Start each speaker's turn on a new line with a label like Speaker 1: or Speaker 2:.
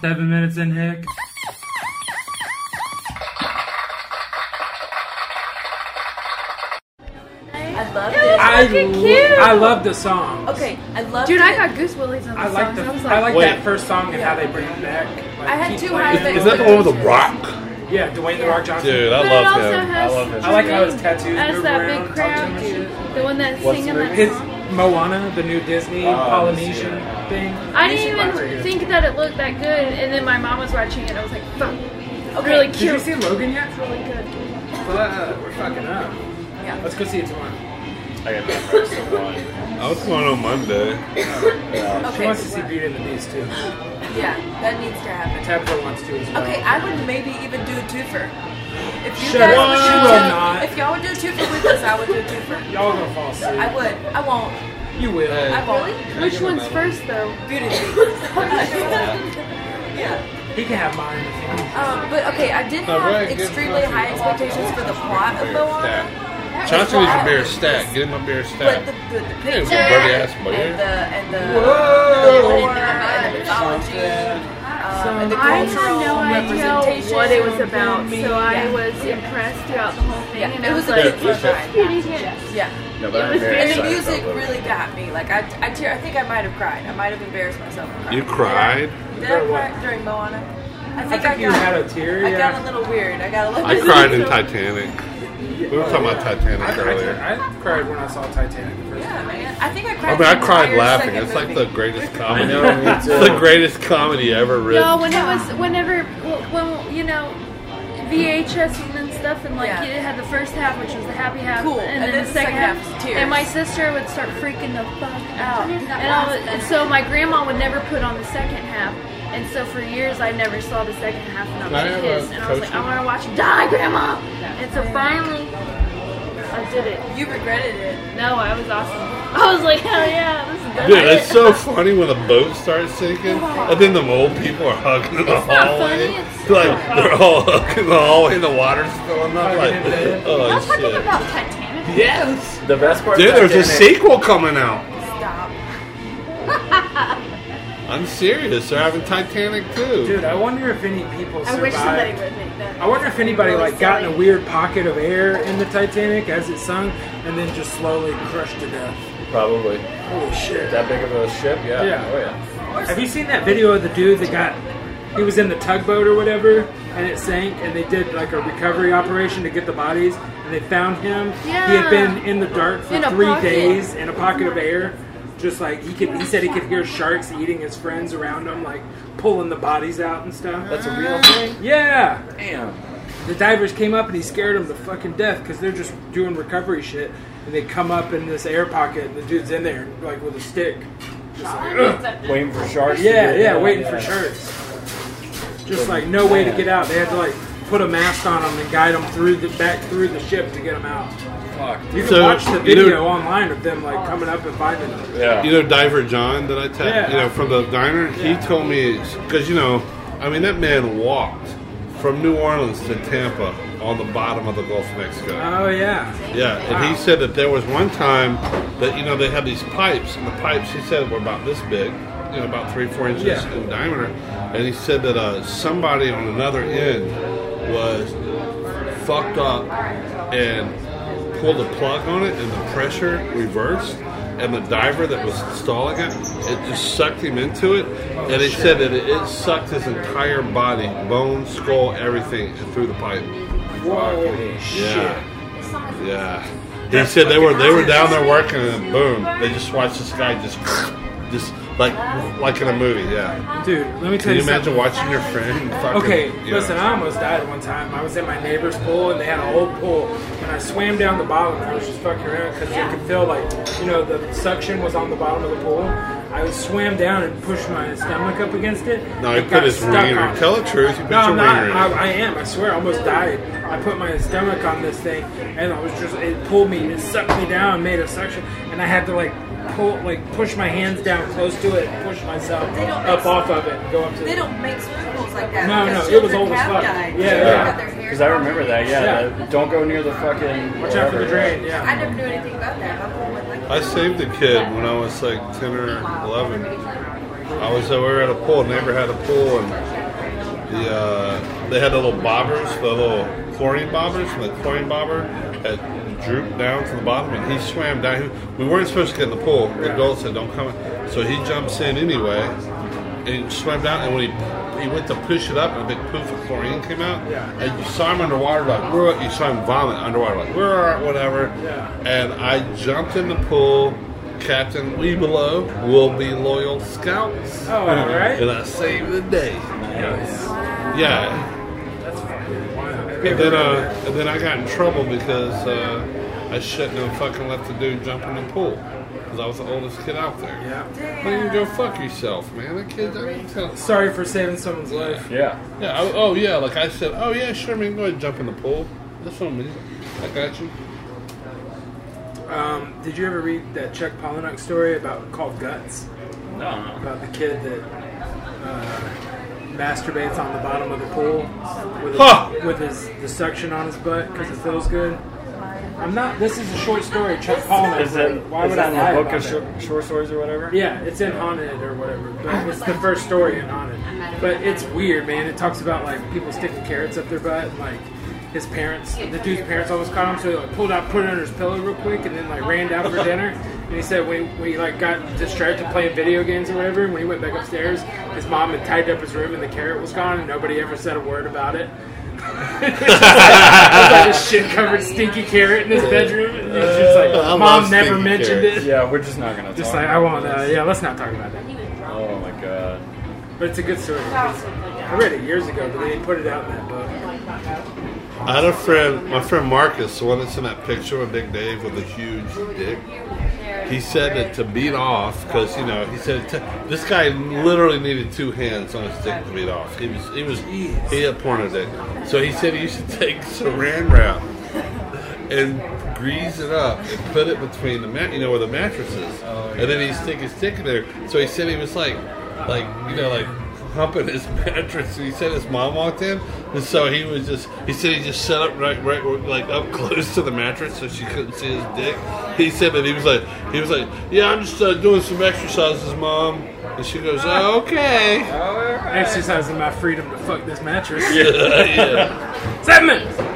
Speaker 1: Seven minutes in, Hick.
Speaker 2: I love it.
Speaker 1: I,
Speaker 3: fucking
Speaker 1: lo-
Speaker 3: cute.
Speaker 1: I love the song.
Speaker 2: Okay, I love
Speaker 3: Dude,
Speaker 2: it.
Speaker 3: I got goosebumps on
Speaker 1: I
Speaker 3: this
Speaker 1: like
Speaker 3: song.
Speaker 1: the
Speaker 3: I was
Speaker 1: I like
Speaker 3: like,
Speaker 4: Wait.
Speaker 1: that first song and how they bring it back. Like,
Speaker 3: I had
Speaker 1: keep
Speaker 3: two
Speaker 1: playing
Speaker 3: high
Speaker 1: it.
Speaker 3: stakes.
Speaker 4: Is that the one with the rock?
Speaker 1: Yeah, Dwayne the Rock Johnson.
Speaker 4: Dude, I
Speaker 3: But it
Speaker 4: love
Speaker 3: also
Speaker 4: him. I
Speaker 3: has-
Speaker 4: love his
Speaker 1: I like how his
Speaker 3: Dwayne
Speaker 1: tattoos
Speaker 3: that's
Speaker 1: move
Speaker 3: that
Speaker 1: around,
Speaker 3: big
Speaker 1: talk
Speaker 3: crowd
Speaker 1: to him.
Speaker 3: dude. The one that's
Speaker 4: What's
Speaker 3: singing
Speaker 4: the
Speaker 3: that
Speaker 4: movie?
Speaker 1: His
Speaker 3: song.
Speaker 1: Moana, the new Disney
Speaker 4: Oh, I haven't seen
Speaker 1: Polynesian
Speaker 4: it.
Speaker 1: thing.
Speaker 3: I
Speaker 1: You should
Speaker 3: didn't
Speaker 1: watch it.
Speaker 3: even think that it looked that good, and then my mom was watching it. I was like, fuck.
Speaker 2: Okay.
Speaker 3: Really
Speaker 1: Did you
Speaker 3: cute.
Speaker 1: see Logan yet?
Speaker 3: Really good.
Speaker 1: Uh, we're fucking up.
Speaker 2: Yeah.
Speaker 1: Let's go see it tomorrow.
Speaker 4: I got no practice on one.
Speaker 5: I was going on Monday.
Speaker 1: She wants to
Speaker 2: Okay.
Speaker 1: see Beauty and the Beast too.
Speaker 2: Yeah, that needs to happen.
Speaker 1: Tabitha wants to as well.
Speaker 2: Okay, I would maybe even do a twofer. If you
Speaker 1: Shut
Speaker 2: guys
Speaker 1: up.
Speaker 2: would
Speaker 1: She
Speaker 2: do
Speaker 1: will
Speaker 2: a-
Speaker 1: not.
Speaker 2: If y'all would do a twofer with us, I would do a twofer.
Speaker 1: Y'all gonna fall asleep.
Speaker 2: I would. I won't.
Speaker 1: you will.
Speaker 2: I won't.
Speaker 3: Which one's first, though?
Speaker 2: Beauty and the Beast. yeah.
Speaker 1: He can have mine. if he wants.
Speaker 2: Um, but okay, I did have
Speaker 5: Alright, good
Speaker 2: extremely
Speaker 5: question.
Speaker 2: high expectations for the plot of Moana.
Speaker 5: Chauncey needs a beer stack. Get him a beer
Speaker 2: But the,
Speaker 5: stack.
Speaker 2: the, the
Speaker 5: Hey,
Speaker 2: picture
Speaker 5: dirty ass boy.
Speaker 2: and the and the,
Speaker 1: Whoa.
Speaker 2: the women and the mythology um, and the
Speaker 3: I had
Speaker 2: cultural
Speaker 3: no idea
Speaker 2: representation.
Speaker 3: what it was about,
Speaker 2: Yeah.
Speaker 3: so I was impressed throughout the whole thing.
Speaker 2: Yeah,
Speaker 3: and
Speaker 2: it
Speaker 3: I
Speaker 2: was
Speaker 3: was
Speaker 2: a
Speaker 3: like,
Speaker 5: Yeah,
Speaker 2: good
Speaker 5: listen.
Speaker 2: ride. Yeah,
Speaker 4: No, but
Speaker 3: It
Speaker 4: I'm
Speaker 3: was
Speaker 4: very
Speaker 3: very-
Speaker 2: and the
Speaker 4: excited
Speaker 2: music
Speaker 4: about
Speaker 2: really got me. Like I, I, tear, I think I might have cried. I might have embarrassed myself. and
Speaker 5: You cried?
Speaker 2: Did I
Speaker 1: During
Speaker 2: cry
Speaker 1: what?
Speaker 2: during Moana? I
Speaker 1: I
Speaker 2: think I,
Speaker 1: think you
Speaker 2: got,
Speaker 1: had a tear.
Speaker 2: I
Speaker 1: yeah.
Speaker 2: got a little weird. I got a little.
Speaker 5: I cried in Titanic. We were talking about Titanic
Speaker 1: I,
Speaker 5: earlier.
Speaker 1: I, I cried when I saw Titanic the first
Speaker 2: Yeah,
Speaker 1: time.
Speaker 2: man. I think I
Speaker 5: I
Speaker 2: cried.
Speaker 5: mean, I
Speaker 2: the
Speaker 5: cried
Speaker 2: entire
Speaker 5: laughing.
Speaker 2: second
Speaker 5: It's like
Speaker 2: movie.
Speaker 5: the greatest
Speaker 4: I
Speaker 5: comedy.
Speaker 4: know, me
Speaker 5: It's the
Speaker 4: too.
Speaker 5: greatest comedy ever
Speaker 3: No,
Speaker 5: written.
Speaker 3: when it was, whenever, well, when, you know, VHS and stuff, and like,
Speaker 2: Yeah.
Speaker 3: you had the first half, which was the happy half,
Speaker 2: Cool,
Speaker 3: and, then, the second half.
Speaker 2: was tears.
Speaker 3: And my sister would start freaking the fuck out. And, all the, and so my grandma would never put on the second half. And so for years, I never saw the second half, and
Speaker 5: Can I
Speaker 3: I was
Speaker 5: have
Speaker 3: pissed.
Speaker 5: a
Speaker 3: And I was like, I
Speaker 5: coaching?
Speaker 3: want to watch you die, grandma. And so finally, I did it.
Speaker 2: You regretted it.
Speaker 3: No, I was awesome. I was like, hell yeah, this is good.
Speaker 5: Dude, it's so funny when the boat starts sinking, and then the old people are hugging in the
Speaker 3: It's not
Speaker 5: hallway.
Speaker 3: funny, it's-
Speaker 5: Like they're all hugging in the hallway, and the water's filling up. Like,
Speaker 1: Hugging in bed.
Speaker 3: I'm
Speaker 5: oh
Speaker 3: talking
Speaker 5: shit!
Speaker 3: about Titanic.
Speaker 5: Yes,
Speaker 4: The best part.
Speaker 5: dude,
Speaker 4: about
Speaker 5: there's a
Speaker 4: Titanic-
Speaker 5: sequel coming out.
Speaker 2: Stop.
Speaker 5: I'm serious. They're having Titanic too.
Speaker 1: Dude, I wonder if any people survived.
Speaker 3: I wish somebody would make that.
Speaker 1: I wonder if anybody
Speaker 3: Really
Speaker 1: like got in a
Speaker 3: silly.
Speaker 1: weird pocket of air in the Titanic as it sunk and then just slowly crushed to death.
Speaker 4: Probably.
Speaker 1: Holy shit.
Speaker 4: That big of a ship? Yeah.
Speaker 1: Yeah.
Speaker 4: Oh, yeah.
Speaker 1: Have you seen that video of the dude that got he was in the tugboat or whatever and it sank and they did like a recovery operation to get the bodies and they found him. He had
Speaker 3: Yeah.
Speaker 1: been in the dark for
Speaker 3: In a
Speaker 1: three
Speaker 3: pocket.
Speaker 1: days in a pocket of air. Just like he could he said he could hear sharks eating his friends around him, like pulling the bodies out and stuff.
Speaker 4: That's a real thing?
Speaker 1: yeah.
Speaker 4: Damn.
Speaker 1: The divers came up and he scared them to fucking death because they're just doing recovery shit. And they come up in this air pocket and the dude's in there, like with a stick. Just like, "Ugh."
Speaker 4: Waiting for sharks. to
Speaker 1: yeah,
Speaker 4: get
Speaker 1: yeah,
Speaker 4: in.
Speaker 1: waiting for
Speaker 4: Yeah.
Speaker 1: sharks. Just like no way to get out. They had to like put a mast on them and guide them through the back through the ship to get them out.
Speaker 4: Fuck.
Speaker 1: You can
Speaker 5: So,
Speaker 1: watch the
Speaker 5: you know-
Speaker 1: video online of them like coming up and finding them.
Speaker 4: Yeah.
Speaker 5: You know Diver John that I tapped,
Speaker 1: Yeah.
Speaker 5: you know, from the diner?
Speaker 1: Yeah.
Speaker 5: He told me, because, you know, I mean, that man walked from New Orleans to Tampa on the bottom of the Gulf of Mexico.
Speaker 1: Oh yeah.
Speaker 5: Yeah, and
Speaker 1: Wow.
Speaker 5: he said that there was one time that you know they had these pipes, and the pipes he said were about this big, you know, about three, four inches
Speaker 1: Yeah.
Speaker 5: in diameter, and he said that uh, somebody on another end was fucked up and pulled the plug on it, and the pressure reversed. And the diver that was installing it, it just sucked him into it,
Speaker 1: Oh,
Speaker 5: and it said that it, it sucked his entire body, bone, skull, everything, through the pipe.
Speaker 1: Whoa.
Speaker 5: Yeah. Yeah. He said they were they were down there working and boom, they just watched this guy just just like like in a movie, yeah.
Speaker 1: Dude, let me tell
Speaker 5: Can you
Speaker 1: you something.
Speaker 5: imagine watching your friend fucking
Speaker 1: Okay,
Speaker 5: yeah.
Speaker 1: listen, I almost died one time. I was at my neighbor's pool and they had a whole pool. And I swam down the bottom and I was just fucking around because you could feel like, you know, the suction was on the bottom of the pool. I swam down and pushed my stomach up against it.
Speaker 5: No, he
Speaker 1: It
Speaker 5: put
Speaker 1: got
Speaker 5: his
Speaker 1: stuck
Speaker 5: wiener.
Speaker 1: on-
Speaker 5: Tell the truth, you put
Speaker 1: no,
Speaker 5: your
Speaker 1: I'm not.
Speaker 5: wiener in.
Speaker 1: I, I am. I swear, I almost died. I put my stomach on this thing, and I was just. It pulled me. It sucked me down, made a suction, and I had to like pull, like push my hands down close to it, and push myself
Speaker 2: They don't
Speaker 1: up
Speaker 2: mix-
Speaker 1: off of it, and go up to.
Speaker 2: They
Speaker 1: the,
Speaker 2: don't make sprinkles like that.
Speaker 1: No,
Speaker 2: because
Speaker 1: no, it was
Speaker 2: children
Speaker 1: always
Speaker 2: have
Speaker 1: fucked.
Speaker 2: died.
Speaker 1: Yeah,
Speaker 2: Children
Speaker 1: yeah.
Speaker 2: got their hair
Speaker 4: Because I remember that, yeah.
Speaker 1: Yeah.
Speaker 4: the- don't go near the fucking.
Speaker 1: Watch out for the drain.
Speaker 2: gone.
Speaker 1: Yeah.
Speaker 2: I never knew anything about that. My mom went like,
Speaker 5: I saved a kid when I was like ten or eleven. I was uh, we were at a pool. Neighbor had a pool, and the uh, they had the little bobbers, the little chlorine bobbers, and the chlorine bobber had drooped down to the bottom, and he swam down. He- We weren't supposed to get in the pool. The adults said, "Don't come." in." So he jumps in anyway, and swam down. And when he he went to push it up, and a big poof of chlorine came out.
Speaker 1: Yeah.
Speaker 5: And you saw him underwater, like "We're all-" you saw him vomit underwater, like "We're all right, whatever."
Speaker 1: Yeah.
Speaker 5: And I jumped in the pool. Captain We Below will be loyal scouts.
Speaker 1: Oh, all right.
Speaker 5: And I saved the day. Yeah.
Speaker 1: That's fucking wild. Have you
Speaker 5: And then,
Speaker 1: ever-
Speaker 5: uh, and then I got in trouble because uh, I shouldn't have fucking let the dude jump in the pool because I was the oldest kid out there.
Speaker 1: yeah.
Speaker 5: Well, you can go fuck yourself, man. The kid, I mean, tell-
Speaker 1: Sorry for saving someone's life.
Speaker 4: Yeah.
Speaker 5: yeah. I, oh yeah, like I said. Oh yeah, sure, man. Go ahead, and jump in the pool. That's on me. I got you.
Speaker 1: Um, did you ever read that Chuck Palahniuk story about called Guts?
Speaker 4: No.
Speaker 1: About the kid that uh, masturbates on the bottom of the pool with,
Speaker 5: Huh.
Speaker 1: his, with his the suction on his butt because it feels good. I'm not. This is a short story, Chuck Palahniuk.
Speaker 4: Is it?
Speaker 1: Why
Speaker 4: is
Speaker 1: would
Speaker 4: that
Speaker 1: I
Speaker 4: in
Speaker 1: lie
Speaker 4: the book
Speaker 1: about
Speaker 4: of
Speaker 1: that?
Speaker 4: short, short stories or whatever?
Speaker 1: Yeah, it's in Haunted or whatever, but it's the first story in Haunted. But it's weird, man. It talks about like people sticking carrots up their butt, and, like his parents, the dude's parents always caught him, so he like pulled out, put it under his pillow real quick, and then like ran down for dinner. And he said when when he like got distracted playing video games or whatever, when he went back upstairs, his mom had tidied up his room and the carrot was gone, and nobody ever said a word about it. It's just like, it's like a shit covered stinky carrot in his bedroom, and it's just like
Speaker 5: I love
Speaker 1: mom never
Speaker 5: stinky
Speaker 1: mentioned
Speaker 5: carrots.
Speaker 1: it.
Speaker 4: Yeah, we're just not gonna
Speaker 1: Just
Speaker 4: talk.
Speaker 1: like I won't. Uh, yeah, let's not talk about that.
Speaker 4: Oh my god.
Speaker 1: But it's a good story. I read it years ago, but they didn't put it out in that book.
Speaker 5: I had a friend, my friend Marcus, the one that's in that picture with Big Dave with a huge dick. He said that to beat off, because you know, he said t- this guy literally needed two hands on his dick to beat off. He was, he was, he had porn dick. So he said he used to take Saran wrap and grease it up and put it between the mat, you know, where the mattresses, and then he stick his dick in there. So he said he was like, like you know, like humping his mattress. And he said his mom walked in, and so he was just. He said he just set up right, right, like up close to the mattress, so she couldn't see his dick. He said that he was like, he was like, yeah, I'm just uh, doing some exercises, mom. And she goes, oh, okay.
Speaker 1: Exercising my freedom to fuck this mattress.
Speaker 5: yeah.
Speaker 1: Seven minutes.